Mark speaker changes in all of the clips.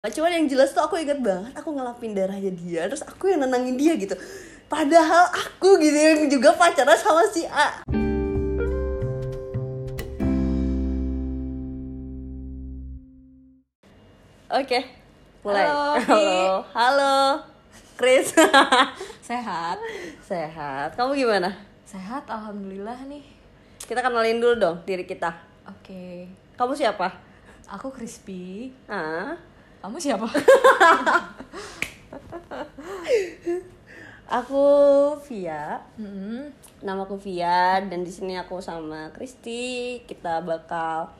Speaker 1: Nah, cuman yang jelas tuh aku inget banget aku ngelapin darahnya dia terus aku yang nenangin dia gitu padahal aku gitu yang juga pacaran sama si A Oke, mulai.
Speaker 2: Halo, Ki.
Speaker 1: halo, halo, Chris.
Speaker 2: Sehat?
Speaker 1: Sehat. Kamu gimana?
Speaker 2: Sehat, alhamdulillah nih.
Speaker 1: Kita kenalin dulu dong diri kita.
Speaker 2: Oke.
Speaker 1: Kamu siapa?
Speaker 2: Aku crispy.
Speaker 1: Ah,
Speaker 2: Kamu siapa?
Speaker 1: aku Via.
Speaker 2: Mm-mm.
Speaker 1: Nama aku Via dan di sini aku sama Kristi. Kita bakal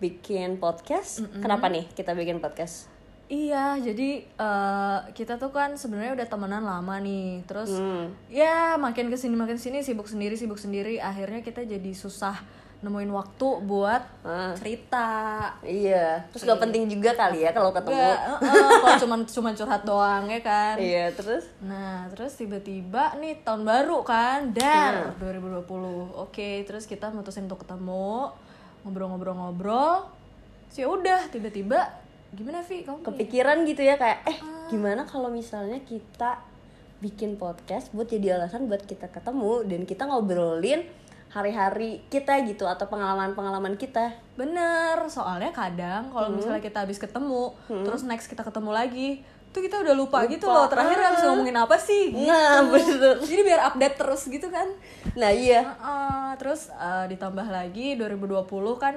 Speaker 1: bikin podcast. Kenapa nih kita bikin podcast?
Speaker 2: Iya, jadi eh, kita tuh kan sebenarnya udah temenan lama nih. Terus
Speaker 1: Hmm.
Speaker 2: ya makin kesini makin sini sibuk sendiri sibuk sendiri. Akhirnya kita jadi susah nemuin waktu buat
Speaker 1: Ah.
Speaker 2: cerita.
Speaker 1: Iya. Terus gak penting juga kali ya kalau ketemu.
Speaker 2: Enggak, eh, eh, kalau cuman cuman curhat doang ya kan.
Speaker 1: Iya. Terus?
Speaker 2: Nah, terus tiba-tiba nih tahun baru kan, dar 2020. Oke, terus kita mutusin untuk ketemu, ngobrol-ngobrol-ngobrol. Terus ya udah, tiba-tiba gimana Vi? Kamu punya-
Speaker 1: Kepikiran gitu ya kayak eh
Speaker 2: Ah.
Speaker 1: gimana kalau misalnya kita bikin podcast buat jadi alasan buat kita ketemu dan kita ngobrolin hari-hari kita gitu atau pengalaman-pengalaman kita.
Speaker 2: Bener, soalnya kadang kalau misalnya kita habis ketemu, terus next kita ketemu lagi, tuh kita udah lupa, gitu loh. Terakhir habis ngomongin apa sih? Gitu.
Speaker 1: Nah, bener.
Speaker 2: Jadi biar update terus gitu kan.
Speaker 1: Nah, iya.
Speaker 2: Heeh, terus eh, ditambah lagi 2020 kan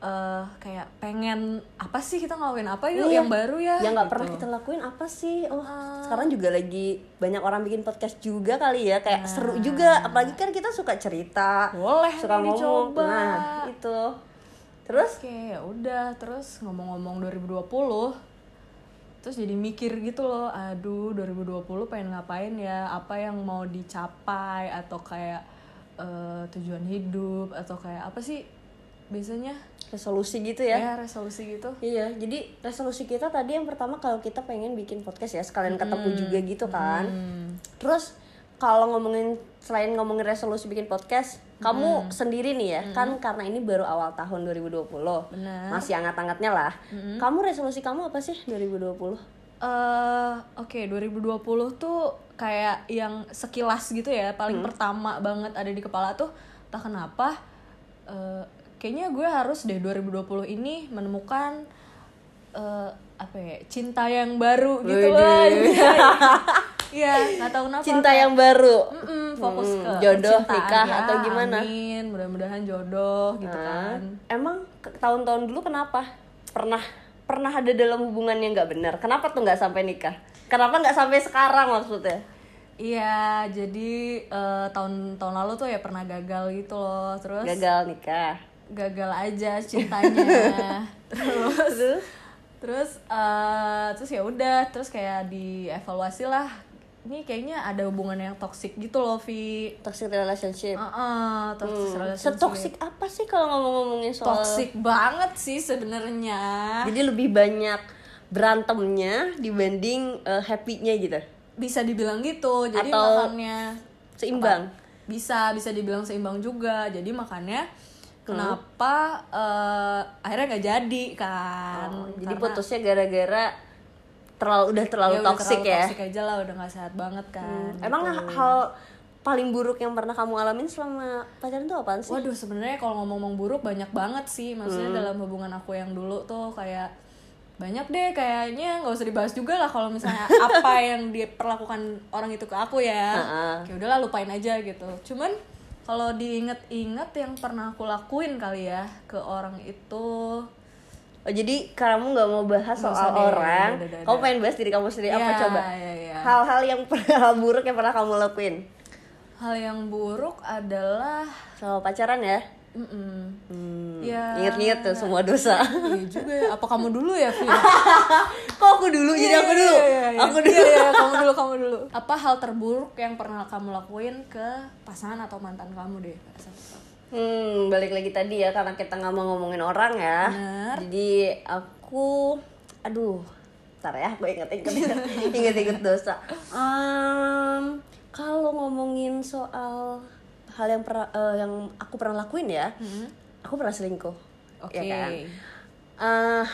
Speaker 2: eh kayak pengen apa sih kita ngelakuin apa yuk
Speaker 1: Iya.
Speaker 2: yang baru ya
Speaker 1: yang nggak pernah
Speaker 2: gitu. Ah.
Speaker 1: kita lakuin apa sih oh sekarang juga lagi banyak orang bikin podcast juga kali ya
Speaker 2: Ah.
Speaker 1: kayak seru juga apalagi kan kita suka cerita
Speaker 2: Boleh
Speaker 1: suka
Speaker 2: nih
Speaker 1: ngomong
Speaker 2: dicoba.
Speaker 1: nah itu terus
Speaker 2: Oke, ya udah. Terus ngomong-ngomong 2020, terus jadi mikir gitu loh, aduh 2020 pengen ngapain ya? Apa yang mau dicapai atau kayak eh, tujuan hidup atau kayak apa sih biasanya?
Speaker 1: resolusi gitu ya
Speaker 2: Ya resolusi gitu.
Speaker 1: Iya, jadi resolusi kita tadi yang pertama kalau kita pengen bikin podcast ya sekalian ketemu juga gitu kan. Terus kalau ngomongin selain ngomongin resolusi bikin podcast, kamu sendiri nih ya, kan karena ini baru awal tahun 2020.
Speaker 2: Benar.
Speaker 1: Masih hangat-hangatnya lah. Kamu resolusi kamu apa sih 2020?
Speaker 2: eh Oke, 2020 tuh kayak yang sekilas gitu ya,
Speaker 1: Hmm.
Speaker 2: paling pertama banget ada di kepala tuh, entah kenapa, eh, kayaknya gue harus deh 2020 ini menemukan eh, apa ya, cinta yang baru gitu
Speaker 1: Wede.
Speaker 2: loh. Iya, nggak tahu kenapa.
Speaker 1: Cinta yang baru.
Speaker 2: Mm-mm, fokus
Speaker 1: Hmm,
Speaker 2: ke
Speaker 1: jodoh,
Speaker 2: percintaan
Speaker 1: nikah,
Speaker 2: ya,
Speaker 1: atau gimana?
Speaker 2: Amin, mudah-mudahan jodoh gitu
Speaker 1: Nah,
Speaker 2: kan.
Speaker 1: Emang ke- tahun-tahun dulu kenapa? Pernah pernah ada dalam hubungan yang nggak benar. Kenapa tuh nggak sampai nikah? Kenapa nggak sampai sekarang maksudnya?
Speaker 2: Iya, jadi eh, tahun tahun lalu tuh ya pernah gagal gitu loh, terus
Speaker 1: Gagal nikah.
Speaker 2: gagal aja cintanya terus
Speaker 1: Terus?
Speaker 2: terus eh, terus ya udah terus kayak dievaluasi lah ini kayaknya ada hubungan yang toksik gitu loh Vi
Speaker 1: toxic relationship.
Speaker 2: Heeh,
Speaker 1: Hmm.
Speaker 2: toxic relationship.
Speaker 1: Setoxic apa sih kalau ngomong-ngomongin soal
Speaker 2: Toxic banget sih sebenarnya
Speaker 1: Jadi lebih banyak berantemnya dibanding eh, happy-nya gitu.
Speaker 2: bisa dibilang gitu jadi
Speaker 1: Atau-
Speaker 2: makanya
Speaker 1: Seimbang.
Speaker 2: bisa bisa dibilang seimbang juga jadi makanya
Speaker 1: Hmm.
Speaker 2: kenapa eh, akhirnya nggak jadi kan
Speaker 1: Jadi
Speaker 2: Karena- Iya,
Speaker 1: putusnya gara-gara terlalu udah terlalu
Speaker 2: udah
Speaker 1: toxic
Speaker 2: terlalu
Speaker 1: ya.
Speaker 2: toxic aja lah udah gak sehat banget kan
Speaker 1: Emang hal paling buruk yang pernah kamu alamin selama pacaran tuh apaan sih? Hmm.
Speaker 2: waduh sebenarnya kalau ngomong buruk banyak banget sih maksudnya dalam hubungan aku yang dulu tuh kayak banyak deh kayaknya nggak usah dibahas juga lah kalau misalnya apa yang diperlakukan orang itu ke aku ya
Speaker 1: Heeh.
Speaker 2: ya udahlah lupain aja gitu cuman kalau diinget-inget yang pernah aku lakuin kali ya ke orang itu
Speaker 1: Oh, jadi kamu nggak mau bahas
Speaker 2: Nggak
Speaker 1: soal
Speaker 2: usah deh,
Speaker 1: orang,
Speaker 2: udah, udah, udah.
Speaker 1: kamu pengen bahas diri kamu sendiri apa
Speaker 2: Ya,
Speaker 1: coba?
Speaker 2: ya, ya.
Speaker 1: Hal-hal yang pernah hal buruk yang pernah kamu lakuin
Speaker 2: hal yang buruk adalah
Speaker 1: selama pacaran ya?
Speaker 2: mm-mm,
Speaker 1: Hmm,
Speaker 2: Ya.
Speaker 1: Ingat-ingat tuh semua dosa.
Speaker 2: iya juga ya. apa kamu dulu ya Fia?
Speaker 1: Kok aku dulu? Jadi aku dulu. Aku dulu.
Speaker 2: Iya, iya, kamu dulu, kamu dulu. Apa hal terburuk yang pernah kamu lakuin ke pasangan atau mantan kamu deh?
Speaker 1: Hmm, balik lagi tadi ya karena kita nggak mau ngomongin orang ya. Jadi aku aduh, ntar ya aku inget-inget inget-inget dosa. Em, kalau ngomongin soal hal yang pernah- eh, yang aku pernah lakuin ya, aku pernah selingkuh.
Speaker 2: Oke.
Speaker 1: Ya kan? Eh,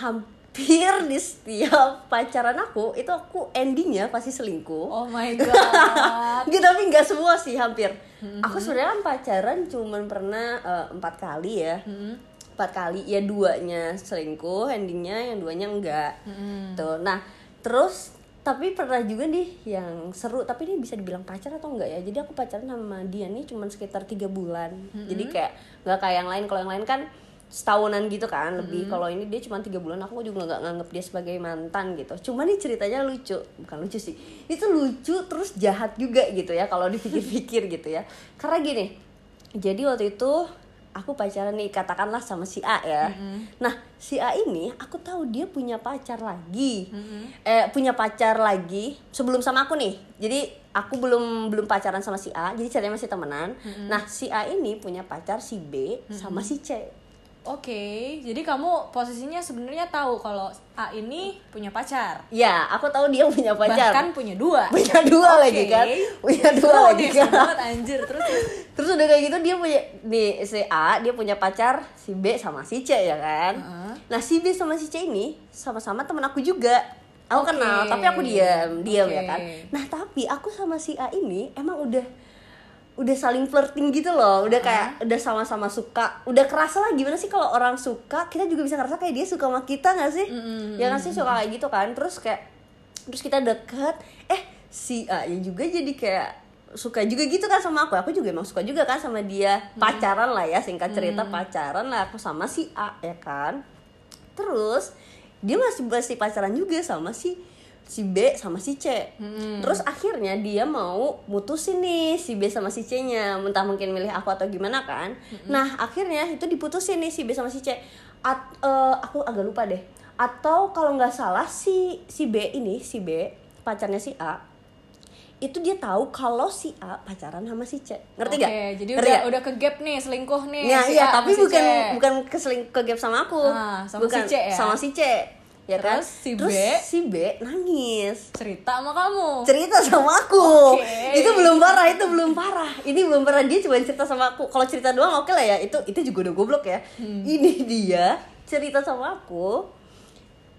Speaker 1: ham- hampir di setiap pacaran aku itu aku endingnya pasti selingkuh
Speaker 2: Oh my god.
Speaker 1: Nggak, tapi nggak semua sih hampir. Aku sebenarnya kan pacaran cuman pernah eh, empat kali ya.
Speaker 2: Hmm,
Speaker 1: Empat kali ya duanya selingkuh, endingnya yang duanya enggak.
Speaker 2: Hmm.
Speaker 1: Tuh. Nah, terus tapi pernah juga nih yang seru tapi ini bisa dibilang pacar atau enggak ya jadi aku pacaran sama dia nih cuman sekitar tiga bulan jadi kayak nggak kayak yang lain kalau yang lain kan setahunan gitu kan lebih kalau ini dia cuma tiga bulan aku juga nggak nganggep dia sebagai mantan gitu cuma nih ceritanya lucu bukan lucu sih itu lucu terus jahat juga gitu ya kalau dipikir-pikir gitu ya karena gini jadi waktu itu aku pacaran nih katakanlah sama si A ya.
Speaker 2: Mm-hmm.
Speaker 1: Nah si A ini aku tahu dia punya pacar lagi,
Speaker 2: Mm-hmm.
Speaker 1: eh punya pacar lagi sebelum sama aku nih. Jadi aku belum belum pacaran sama si A, jadi ceritanya masih temenan.
Speaker 2: Mm-hmm.
Speaker 1: Nah si A ini punya pacar si B sama si C.
Speaker 2: Oke, jadi kamu posisinya sebenarnya tahu kalau A ini punya pacar.
Speaker 1: Ya aku tahu dia punya pacar.
Speaker 2: Bahkan punya dua.
Speaker 1: punya dua
Speaker 2: Oke.
Speaker 1: lagi kan, punya dua
Speaker 2: Seru
Speaker 1: lagi
Speaker 2: nih, seru
Speaker 1: kan.
Speaker 2: banget, anjir terus ya? terus.
Speaker 1: Terus udah kayak gitu dia punya di si A dia punya pacar si B sama si C ya kan.
Speaker 2: Heeh.
Speaker 1: Nah si B sama si C ini sama-sama temen aku juga. Aku
Speaker 2: Oke.
Speaker 1: kenal tapi aku diam diam ya
Speaker 2: Oke.
Speaker 1: kan. Nah tapi aku sama si A ini emang udah udah saling flirting gitu loh udah kayak udah sama-sama suka udah kerasa lah gimana sih kalau orang suka kita juga bisa ngerasa kayak dia suka sama kita nggak sih ya kan sih suka kayak gitu kan terus kayak terus kita deket eh si A nya juga jadi kayak suka juga gitu kan sama aku aku juga emang suka juga kan sama dia pacaran lah ya singkat cerita pacaran lah aku sama si A ya kan terus dia masih masih pacaran juga sama si si B sama si C
Speaker 2: Hmm.
Speaker 1: terus akhirnya dia mau mutusin nih si B sama si C nya entah mungkin milih aku atau gimana kan
Speaker 2: Hmm.
Speaker 1: nah akhirnya itu diputusin nih si B sama si C At- eh, aku agak lupa deh atau kalau nggak salah si si B ini si B pacarnya si A itu dia tahu kalau si A pacaran sama si C ngerti nggak?
Speaker 2: Oke, jadi
Speaker 1: Ngerti
Speaker 2: udah
Speaker 1: nggak?
Speaker 2: udah ke gap nih selingkuh nih.
Speaker 1: Nah,
Speaker 2: si
Speaker 1: iya,
Speaker 2: A
Speaker 1: tapi
Speaker 2: sama si
Speaker 1: bukan
Speaker 2: C.
Speaker 1: bukan keseling ke gap sama aku.
Speaker 2: Ah, sama
Speaker 1: bukan
Speaker 2: si C ya?
Speaker 1: sama si C. Ya kan?
Speaker 2: Terus si
Speaker 1: Terus
Speaker 2: B?
Speaker 1: si B nangis.
Speaker 2: cerita sama kamu.
Speaker 1: Cerita sama aku.
Speaker 2: Oke.
Speaker 1: Itu belum parah, itu belum parah. Ini belum parah dia cuma cerita sama aku. Kalau cerita doang oke lah ya. Itu itu juga udah goblok ya. Ini dia cerita sama aku.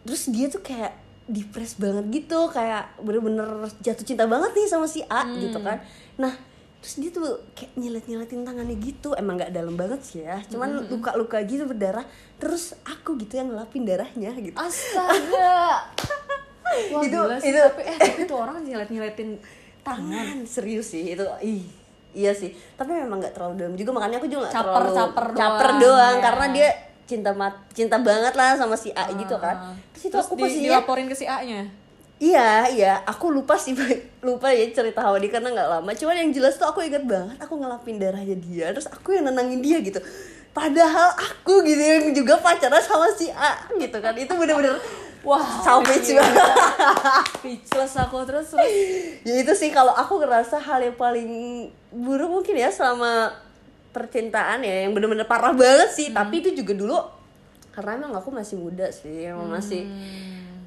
Speaker 1: Terus dia tuh kayak depres banget gitu, kayak bener-bener jatuh cinta banget nih sama si A gitu kan. Nah, terus dia tuh kayak nyilet-nyiletin tangannya gitu. Emang nggak dalam banget sih ya. Cuman luka-luka gitu berdarah. Terus aku gitu yang ngelapin darahnya gitu.
Speaker 2: Astaga. Wah,
Speaker 1: Itu-
Speaker 2: gila sih,
Speaker 1: itu-
Speaker 2: tapi eh tapi itu orang nyilet-nyiletin tangan.
Speaker 1: tangan serius sih itu ih iya sih tapi memang nggak terlalu dalam juga makanya aku juga nggak
Speaker 2: Caper-
Speaker 1: terlalu
Speaker 2: caper doang,
Speaker 1: doang,
Speaker 2: ya.
Speaker 1: karena dia cinta mat- cinta banget lah sama si A gitu kan terus itu
Speaker 2: Ah. Terus
Speaker 1: aku
Speaker 2: di-
Speaker 1: posisinya
Speaker 2: dilaporin ke si A-nya.
Speaker 1: iya iya aku lupa sih lupa ya cerita awal dia karena nggak lama cuman yang jelas tuh aku inget banget aku ngelapin darahnya dia terus aku yang nenangin dia gitu padahal aku gitu yang juga pacaran sama si A gitu kan itu bener-bener
Speaker 2: Wah,
Speaker 1: savage
Speaker 2: gila.
Speaker 1: banget
Speaker 2: Speechless aku terus terus.
Speaker 1: ya itu sih kalau aku ngerasa hal yang paling buruk mungkin ya selama percintaan ya yang bener-bener parah banget sih
Speaker 2: Hmm.
Speaker 1: tapi itu juga dulu karena emang aku masih muda sih emang masih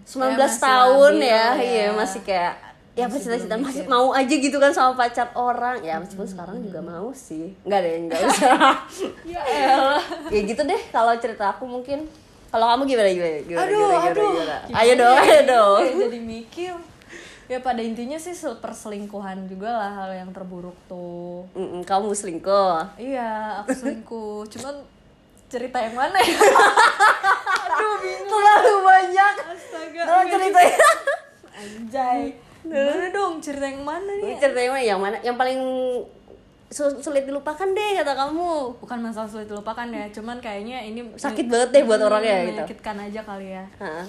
Speaker 1: 19
Speaker 2: Kayak Hmm. Ya, Eh, masih
Speaker 1: tahun
Speaker 2: labil
Speaker 1: ya,
Speaker 2: ya.
Speaker 1: iya masih kayak ya apa cita-cita
Speaker 2: belum
Speaker 1: masih
Speaker 2: mikir. Hmm.
Speaker 1: mau aja gitu kan sama pacar orang ya meskipun sekarang juga mau sih nggak deh nggak usah
Speaker 2: Ya elah.
Speaker 1: ya gitu deh kalau cerita aku mungkin kalau kamu gimana gimana gimana
Speaker 2: aduh,
Speaker 1: gimana, gimana,
Speaker 2: aduh.
Speaker 1: gimana?
Speaker 2: Gimana
Speaker 1: ayo dong
Speaker 2: ya?
Speaker 1: ayo dong
Speaker 2: Kayak jadi mikir. Ya pada intinya sih se- perselingkuhan juga lah hal yang terburuk tuh.
Speaker 1: Mm-mm, kamu selingkuh
Speaker 2: Iya, aku selingkuh. Cuman cerita yang mana ya? Aduh, bingung.
Speaker 1: terlalu banyak
Speaker 2: Astaga.
Speaker 1: Terlalu
Speaker 2: iya.
Speaker 1: ceritanya
Speaker 2: Anjay. Gimana dong cerita yang mana
Speaker 1: Ini
Speaker 2: nih?
Speaker 1: ceritanya mana? yang mana? Yang paling su- sulit dilupakan deh kata kamu.
Speaker 2: Bukan masalah sulit dilupakan ya, cuman kayaknya ini
Speaker 1: Sakit banget deh buat
Speaker 2: ya,
Speaker 1: orangnya gitu.
Speaker 2: Menyakitkan aja kali ya.
Speaker 1: Hah?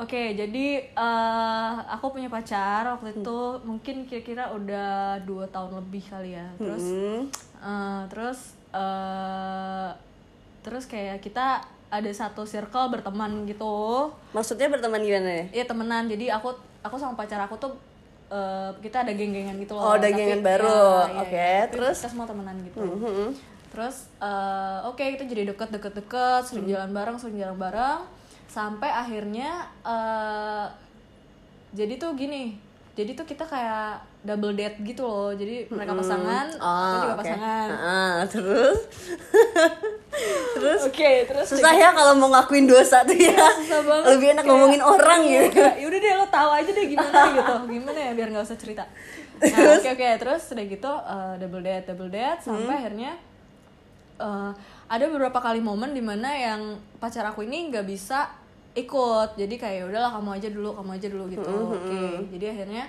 Speaker 2: Oke, jadi eh, aku punya pacar waktu itu mungkin kira-kira udah dua tahun lebih kali ya. Terus,
Speaker 1: Hmm.
Speaker 2: eh, terus, eh, terus kayak kita ada satu circle berteman gitu.
Speaker 1: Maksudnya berteman gimana ya?
Speaker 2: Iya temenan, jadi aku aku sama pacar aku tuh eh, kita ada geng-gengan gitu loh. iya,
Speaker 1: Oh, ada gengan baru. Oke, Hmm,
Speaker 2: terus kita semua temenan gitu. Terus eh, oke kita jadi deket-deket-deket, sering
Speaker 1: Hmm.
Speaker 2: jalan bareng, sering jalan bareng, sampai akhirnya eh, jadi tuh gini, jadi tuh kita kayak double date gitu
Speaker 1: Hmm, Ah,
Speaker 2: loh. Jadi mereka pasangan, aku juga
Speaker 1: oke.
Speaker 2: pasangan.
Speaker 1: Ah, terus terus
Speaker 2: Oke, terus
Speaker 1: susah ya kalau mau ngakuin dosa tuh ya
Speaker 2: susah banget.
Speaker 1: lebih enak
Speaker 2: Kayak,
Speaker 1: ngomongin orang
Speaker 2: iya,
Speaker 1: ya
Speaker 2: kayak, Yaudah deh lo tahu aja deh gimana gitu. Gimana ya biar nggak usah cerita. Nah, Oke oke terus udah gitu eh, double date double date sampai
Speaker 1: Hmm.
Speaker 2: akhirnya eh, ada beberapa kali momen dimana yang pacar aku ini nggak bisa ikut jadi kayak "Ya udahlah kamu aja dulu kamu aja dulu gitu
Speaker 1: Hmm,
Speaker 2: oke jadi akhirnya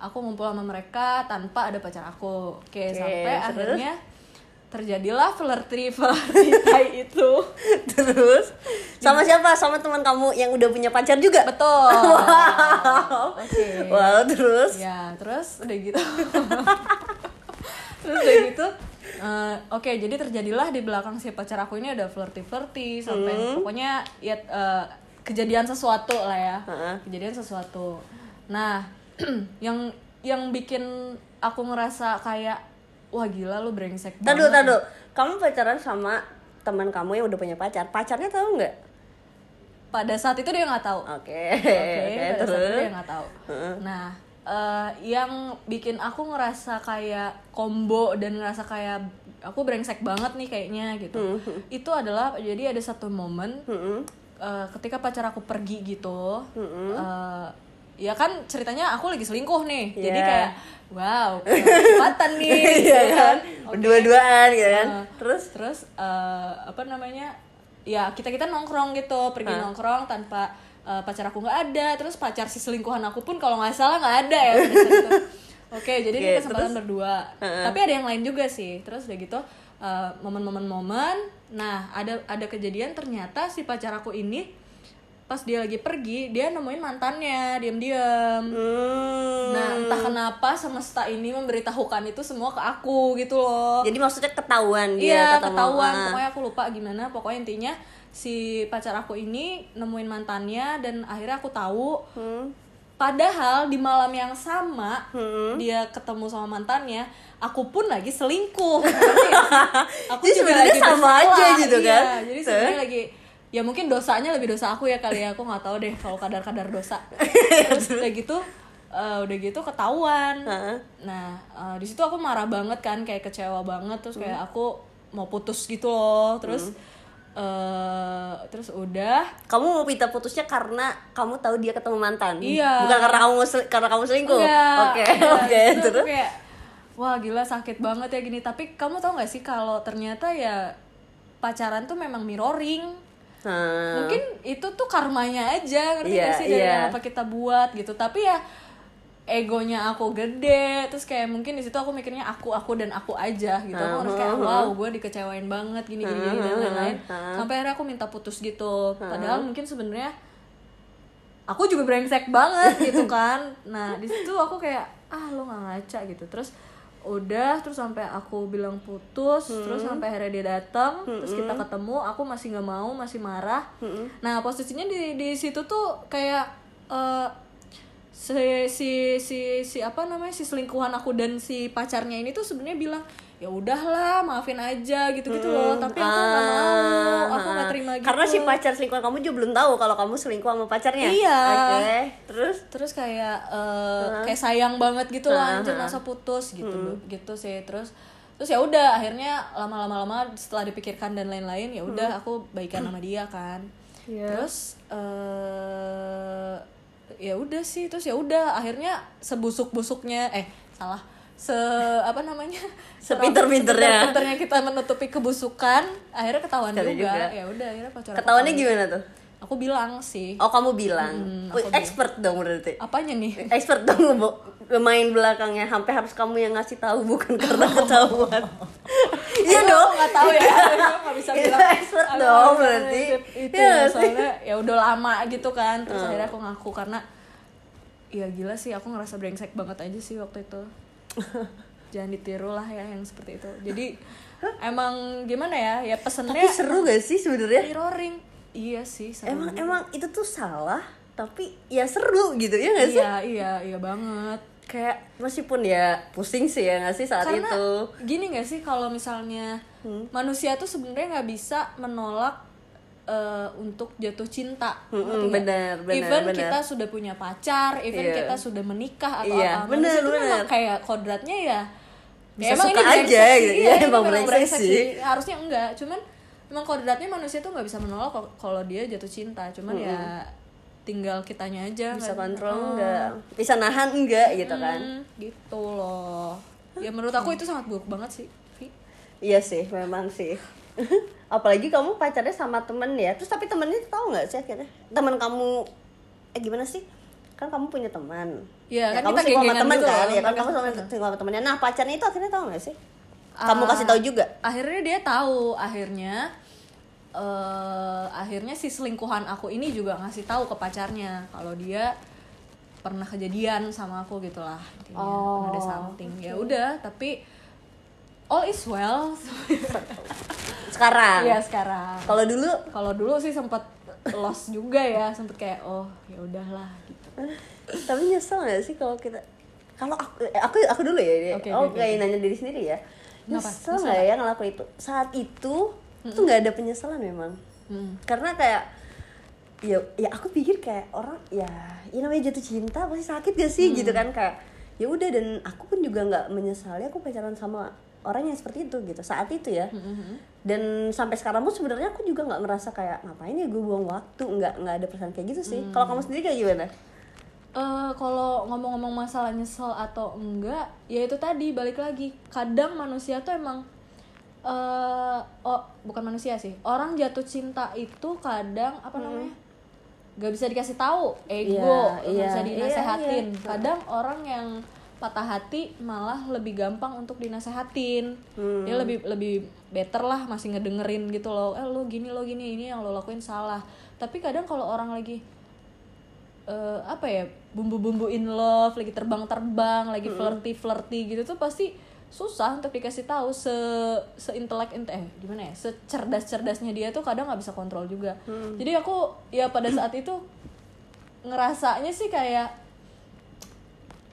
Speaker 2: aku ngumpul sama mereka tanpa ada pacar aku oke sampai
Speaker 1: terus?
Speaker 2: akhirnya terjadilah flirty flirty tai itu
Speaker 1: terus sama siapa sama teman kamu yang udah punya pacar juga
Speaker 2: Betul. Wow. Oke.
Speaker 1: wow terus
Speaker 2: Ya, terus udah gitu. terus udah gitu. eh, Oke, jadi terjadilah di belakang si pacar aku ini ada flirty-flirty sampai pokoknya ya eh, kejadian sesuatu lah ya.
Speaker 1: Heeh.
Speaker 2: Kejadian sesuatu. Nah, yang yang bikin aku ngerasa kayak wah gila lu brengsek
Speaker 1: Tadu,
Speaker 2: banget.
Speaker 1: tadu. Kamu pacaran sama teman kamu yang udah punya pacar. Pacarnya tahu nggak?
Speaker 2: Pada saat itu dia nggak tahu.
Speaker 1: Oke,
Speaker 2: Oke,
Speaker 1: oke,
Speaker 2: pada saat itu
Speaker 1: terus.
Speaker 2: dia nggak tahu. Nah, eh, yang bikin aku ngerasa kayak combo dan ngerasa kayak aku brengsek banget nih kayaknya gitu.
Speaker 1: Hmm.
Speaker 2: Itu adalah jadi ada satu momen eh, ketika pacar aku pergi gitu.
Speaker 1: Hmm.
Speaker 2: eh, ya kan ceritanya aku lagi selingkuh nih. Jadi
Speaker 1: Yeah.
Speaker 2: kayak wow, kesempatan nih
Speaker 1: Iya
Speaker 2: gitu
Speaker 1: kan?
Speaker 2: Oke.
Speaker 1: Berdua-duaan gitu kan?
Speaker 2: Eh,
Speaker 1: Terus
Speaker 2: terus eh, apa namanya ya kita kita nongkrong gitu pergi nongkrong tanpa eh, pacar aku nggak ada terus pacar si selingkuhan aku pun kalau nggak salah nggak ada ya pada saat itu. oke jadi ini
Speaker 1: Oke,
Speaker 2: kesempatan berdua tapi ada yang lain juga sih terus udah gitu eh, momen-momen momen nah ada ada kejadian ternyata si pacar aku ini pas dia lagi pergi dia nemuin mantannya diam-diam
Speaker 1: hmm,
Speaker 2: nah entah kenapa semesta ini memberitahukan itu semua ke aku gitu loh
Speaker 1: Hmm. jadi maksudnya ketahuan dia
Speaker 2: Iya
Speaker 1: ketemu.
Speaker 2: ketahuan
Speaker 1: Ah.
Speaker 2: pokoknya aku lupa gimana pokoknya intinya si pacar aku ini nemuin mantannya dan akhirnya aku tahu
Speaker 1: Hmm.
Speaker 2: padahal di malam yang sama
Speaker 1: Hmm.
Speaker 2: dia ketemu sama mantannya aku pun lagi selingkuh Ngerti nggak sih? aku
Speaker 1: Jadi
Speaker 2: juga
Speaker 1: sebenarnya
Speaker 2: lagi
Speaker 1: sama
Speaker 2: bersalah,
Speaker 1: aja gitu
Speaker 2: iya.
Speaker 1: kan?
Speaker 2: jadi
Speaker 1: Tuh.
Speaker 2: sebenarnya lagi ya mungkin dosanya lebih dosa aku ya kali ya aku nggak tahu deh kalau kadar-kadar dosa terus udah gitu eh, udah gitu ketahuan
Speaker 1: Heeh.
Speaker 2: Nah, eh, di situ aku marah banget kan, kayak kecewa banget terus kayak
Speaker 1: Hmm.
Speaker 2: aku mau putus gitu loh. Terus eh terus udah
Speaker 1: Kamu mau minta putusnya karena kamu tahu dia ketemu mantan.
Speaker 2: Iya.
Speaker 1: Bukan karena kamu sel- karena kamu selingkuh.
Speaker 2: Enggak.
Speaker 1: Oke,
Speaker 2: Enggak.
Speaker 1: oke.
Speaker 2: Itu aku
Speaker 1: Terus
Speaker 2: kayak wah gila sakit banget ya gini. Tapi kamu tau gak sih kalau ternyata ya pacaran tuh memang mirroring.
Speaker 1: Nah,
Speaker 2: Mungkin itu tuh karmanya aja ngerti
Speaker 1: Iya,
Speaker 2: gak sih dari
Speaker 1: iya.
Speaker 2: yang apa kita buat gitu. Tapi ya egonya aku gede terus kayak mungkin di situ aku mikirnya aku aku dan aku aja gitu aku harus
Speaker 1: Uh-huh.
Speaker 2: kayak wow gue dikecewain banget gini gini, gini dan lain-lain sampai akhirnya aku minta putus gitu padahal
Speaker 1: Uh-huh.
Speaker 2: mungkin sebenarnya aku juga brengsek banget gitu kan nah di situ aku kayak ah lo nggak ngaca gitu terus udah terus sampai aku bilang putus terus sampai akhirnya dia datang terus kita ketemu aku masih nggak mau masih marah nah posisinya di di situ tuh kayak eh, si, si si si apa namanya si selingkuhan aku dan si pacarnya ini tuh sebenarnya bilang ya udahlah maafin aja gitu gitu loh tapi aku nggak mau aku nggak terima gitu
Speaker 1: Ah. karena si pacar selingkuhan kamu juga belum tahu kalau kamu selingkuh sama pacarnya.
Speaker 2: Iya.
Speaker 1: Oke. Terus
Speaker 2: terus kayak eh, kayak sayang banget gitu loh anjir masa putus gitu gitu sih terus terus ya udah akhirnya lama-lama lama setelah dipikirkan dan lain-lain ya udah aku baikan sama dia kan
Speaker 1: Iya.
Speaker 2: terus eh ya udah sih terus ya udah akhirnya sebusuk-busuknya eh salah se apa namanya
Speaker 1: Sepinter-pinternya.
Speaker 2: sepinter-pinternya kita menutupi kebusukan akhirnya ketahuan juga,
Speaker 1: Ketahuan juga.
Speaker 2: ya udah akhirnya pacaran
Speaker 1: ketahuannya gimana tuh?
Speaker 2: aku bilang sih
Speaker 1: Oh kamu bilang, Wih, expert dong berarti.
Speaker 2: apanya nih
Speaker 1: Expert dong bu- main belakangnya, sampai harus kamu yang ngasih tahu bukan karena ketahuan. Iya
Speaker 2: Aduh,
Speaker 1: dong.
Speaker 2: aku nggak tahu ya aku nggak bisa
Speaker 1: Itu
Speaker 2: bilang
Speaker 1: expert
Speaker 2: aku
Speaker 1: dong,
Speaker 2: nggak bisa
Speaker 1: berarti.
Speaker 2: ngejep itu
Speaker 1: Iya nggak sih? Hmm.
Speaker 2: soalnya ya udah lama gitu kan terus akhirnya aku ngaku karena ya gila sih aku ngerasa brengsek banget aja sih waktu itu jangan ditiru lah ya yang seperti itu jadi emang gimana ya ya
Speaker 1: Tapi
Speaker 2: pesennya
Speaker 1: seru gak sih sebenarnya?
Speaker 2: mirroring iya sih seru.
Speaker 1: Emang emang itu tuh salah, tapi ya seru gitu ya gak sih?
Speaker 2: iya iya iya banget
Speaker 1: Kayak meskipun ya pusing sih ya gak sih saat
Speaker 2: karena
Speaker 1: itu. Hmm.
Speaker 2: gini nggak sih kalau misalnya manusia tuh sebenarnya nggak bisa menolak eh, untuk jatuh cinta
Speaker 1: Mm-mm,
Speaker 2: Ngerti nggak?
Speaker 1: Hmm, benar, benar,
Speaker 2: even
Speaker 1: benar.
Speaker 2: kita sudah punya pacar even
Speaker 1: Iya.
Speaker 2: kita sudah menikah atau
Speaker 1: Iya,
Speaker 2: apa
Speaker 1: benar,
Speaker 2: manusia tuh
Speaker 1: benar.
Speaker 2: memang kayak kodratnya ya
Speaker 1: Bisa suka aja
Speaker 2: brengsek sih.
Speaker 1: gitu.
Speaker 2: Iya,
Speaker 1: Ya,
Speaker 2: ini
Speaker 1: emang
Speaker 2: memang
Speaker 1: brengsek
Speaker 2: brengsek
Speaker 1: sih.
Speaker 2: harusnya enggak cuman emang kodratnya manusia tuh nggak bisa menolak kok kalau dia jatuh cinta cuman ya tinggal kitanya aja
Speaker 1: bisa
Speaker 2: kan.
Speaker 1: kontrol enggak bisa nahan enggak gitu kan
Speaker 2: Hmm, gitu loh ya menurut aku itu sangat buruk banget sih Vi.
Speaker 1: iya sih memang sih apalagi kamu pacarnya sama temen ya terus tapi temennya tahu nggak sih akhirnya teman kamu eh gimana sih kan kamu punya teman Ya,
Speaker 2: Iya, kan
Speaker 1: kamu
Speaker 2: kita
Speaker 1: single sama
Speaker 2: geng-gengan
Speaker 1: teman kan
Speaker 2: gitu loh,
Speaker 1: ya kan
Speaker 2: mereka
Speaker 1: kamu sama single sama temennya nah pacarnya itu akhirnya tahu nggak sih
Speaker 2: Ah.
Speaker 1: kamu kasih tahu juga
Speaker 2: akhirnya dia tahu akhirnya eh akhirnya si selingkuhan aku ini juga ngasih tahu ke pacarnya kalau dia pernah kejadian sama aku gitulah intinya pernah ada something ya udah tapi all is well
Speaker 1: sekarang
Speaker 2: ya sekarang
Speaker 1: kalau dulu
Speaker 2: kalau dulu sih sempat lost juga ya sempet kayak oh ya udahlah gitu
Speaker 1: tapi nyesel nggak sih kalau kita kalau aku eh, aku aku dulu ya
Speaker 2: Oke,
Speaker 1: oh
Speaker 2: oke, oke.
Speaker 1: kayak nanya diri sendiri ya
Speaker 2: Kenapa?
Speaker 1: nyesel nggak ya ngelakuin itu saat itu tuh nggak ada penyesalan memang
Speaker 2: Mm.
Speaker 1: karena kayak ya ya aku pikir kayak orang ya ya namanya jatuh cinta pasti sakit gak sih
Speaker 2: Hmm.
Speaker 1: gitu kan kayak ya udah dan aku pun juga nggak menyesali aku pacaran sama orang yang seperti itu gitu saat itu
Speaker 2: Hmm,
Speaker 1: ya dan sampai sekarang pun sebenarnya aku juga nggak merasa kayak ngapain ya gue buang waktu nggak nggak ada perasaan kayak gitu sih
Speaker 2: Hmm.
Speaker 1: kalau kamu sendiri kayak gimana
Speaker 2: Eh, kalau ngomong-ngomong masalah nyesel atau enggak, ya itu tadi balik lagi. Kadang manusia tuh emang eh oh bukan manusia sih. Orang jatuh cinta itu kadang apa namanya? Gak bisa dikasih tahu, ego,
Speaker 1: Iya,
Speaker 2: nggak
Speaker 1: iya,
Speaker 2: bisa
Speaker 1: iya,
Speaker 2: dinasehatin.
Speaker 1: iya.
Speaker 2: Kadang orang yang patah hati malah lebih gampang untuk dinasehatin.
Speaker 1: Hmm.
Speaker 2: Dia lebih lebih better lah masih ngedengerin gitu loh. Eh lo gini lo gini ini yang lo lakuin salah. Tapi kadang kalau orang lagi eh, apa ya bumbu-bumbu in love lagi terbang-terbang lagi flirty flirty gitu tuh pasti susah untuk dikasih tahu se seintelek inte- eh gimana ya secerdas cerdasnya dia tuh kadang nggak bisa kontrol juga
Speaker 1: Mm.
Speaker 2: jadi aku ya pada saat itu ngerasanya sih kayak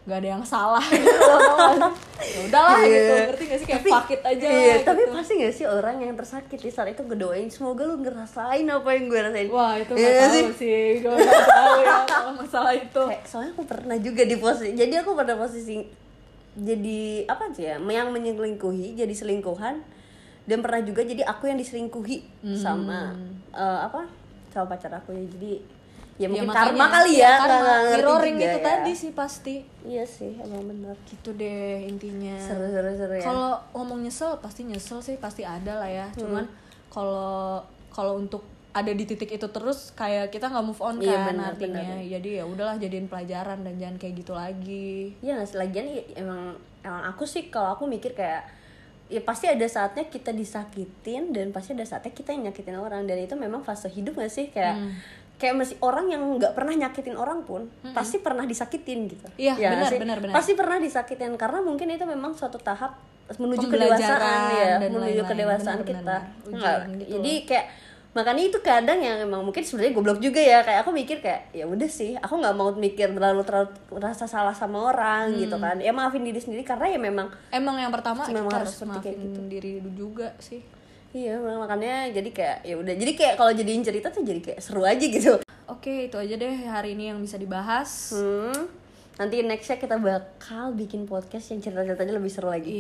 Speaker 2: nggak ada yang salah gitu loh tau nggak sih? Ya udahlah gitu
Speaker 1: Iya.
Speaker 2: ngerti gak sih kayak pakit aja
Speaker 1: iya
Speaker 2: gitu.
Speaker 1: tapi pasti gak sih orang yang tersakiti saat itu ngedoain semoga lu ngerasain apa yang gue rasain
Speaker 2: wah itu
Speaker 1: Iya
Speaker 2: nggak
Speaker 1: nggak
Speaker 2: tahu sih gue nggak tahu ya kalau masalah itu
Speaker 1: Kayak, soalnya aku pernah juga di posisi jadi aku pada posisi jadi apa sih ya yang menyelingkuhi jadi selingkuhan dan pernah juga jadi aku yang diselingkuhi
Speaker 2: Hmm.
Speaker 1: sama eh, apa sama pacar aku ya jadi ya
Speaker 2: Ya,
Speaker 1: mungkin
Speaker 2: makanya.
Speaker 1: karma kali ya
Speaker 2: karma.
Speaker 1: nggak- nggak ngerti
Speaker 2: mirroring
Speaker 1: juga
Speaker 2: itu
Speaker 1: ya.
Speaker 2: tadi sih pasti
Speaker 1: iya sih emang bener
Speaker 2: gitu deh intinya
Speaker 1: seru seru seru ya Hmm.
Speaker 2: kalau ngomong nyesel pasti nyesel sih pasti ada lah ya cuman kalau kalau untuk ada di titik itu terus kayak kita nggak move on kan
Speaker 1: Iya, benar,
Speaker 2: artinya
Speaker 1: benar.
Speaker 2: jadi ya udahlah jadiin pelajaran dan jangan kayak gitu lagi
Speaker 1: Iya nggak sih lagian ya, emang emang aku sih kalau aku mikir kayak ya pasti ada saatnya kita disakitin dan pasti ada saatnya kita yang nyakitin orang dan itu memang fase hidup gak sih kayak
Speaker 2: Hmm.
Speaker 1: kayak masih orang yang nggak pernah nyakitin orang pun pasti pernah disakitin gitu.
Speaker 2: Hmm. Iya,
Speaker 1: Ya nggak
Speaker 2: benar,
Speaker 1: sih?
Speaker 2: benar, benar.
Speaker 1: Pasti pernah disakitin karena mungkin itu memang suatu tahap menuju
Speaker 2: Pembelajaran
Speaker 1: kedewasaan ya,
Speaker 2: dan
Speaker 1: menuju
Speaker 2: lain-lain.
Speaker 1: kedewasaan
Speaker 2: Benar,
Speaker 1: kita.
Speaker 2: benar.
Speaker 1: Nggak,
Speaker 2: Ujian gitu
Speaker 1: jadi kayak makanya itu kadang yang emang mungkin sebenarnya goblok juga ya kayak aku mikir kayak ya udah sih aku nggak mau mikir terlalu terlalu rasa salah sama orang gitu
Speaker 2: Hmm.
Speaker 1: kan ya maafin diri sendiri karena ya memang
Speaker 2: emang yang pertama
Speaker 1: Memang
Speaker 2: kita
Speaker 1: harus
Speaker 2: harus
Speaker 1: seperti kayak gitu.
Speaker 2: maafin diri juga sih
Speaker 1: iya memang makanya jadi kayak ya udah jadi kayak kalau jadiin cerita tuh jadi kayak seru aja gitu
Speaker 2: Hmm. oke itu aja deh hari ini yang bisa dibahas
Speaker 1: hmm. nanti nextnya kita bakal bikin podcast yang cerita-ceritanya lebih seru lagi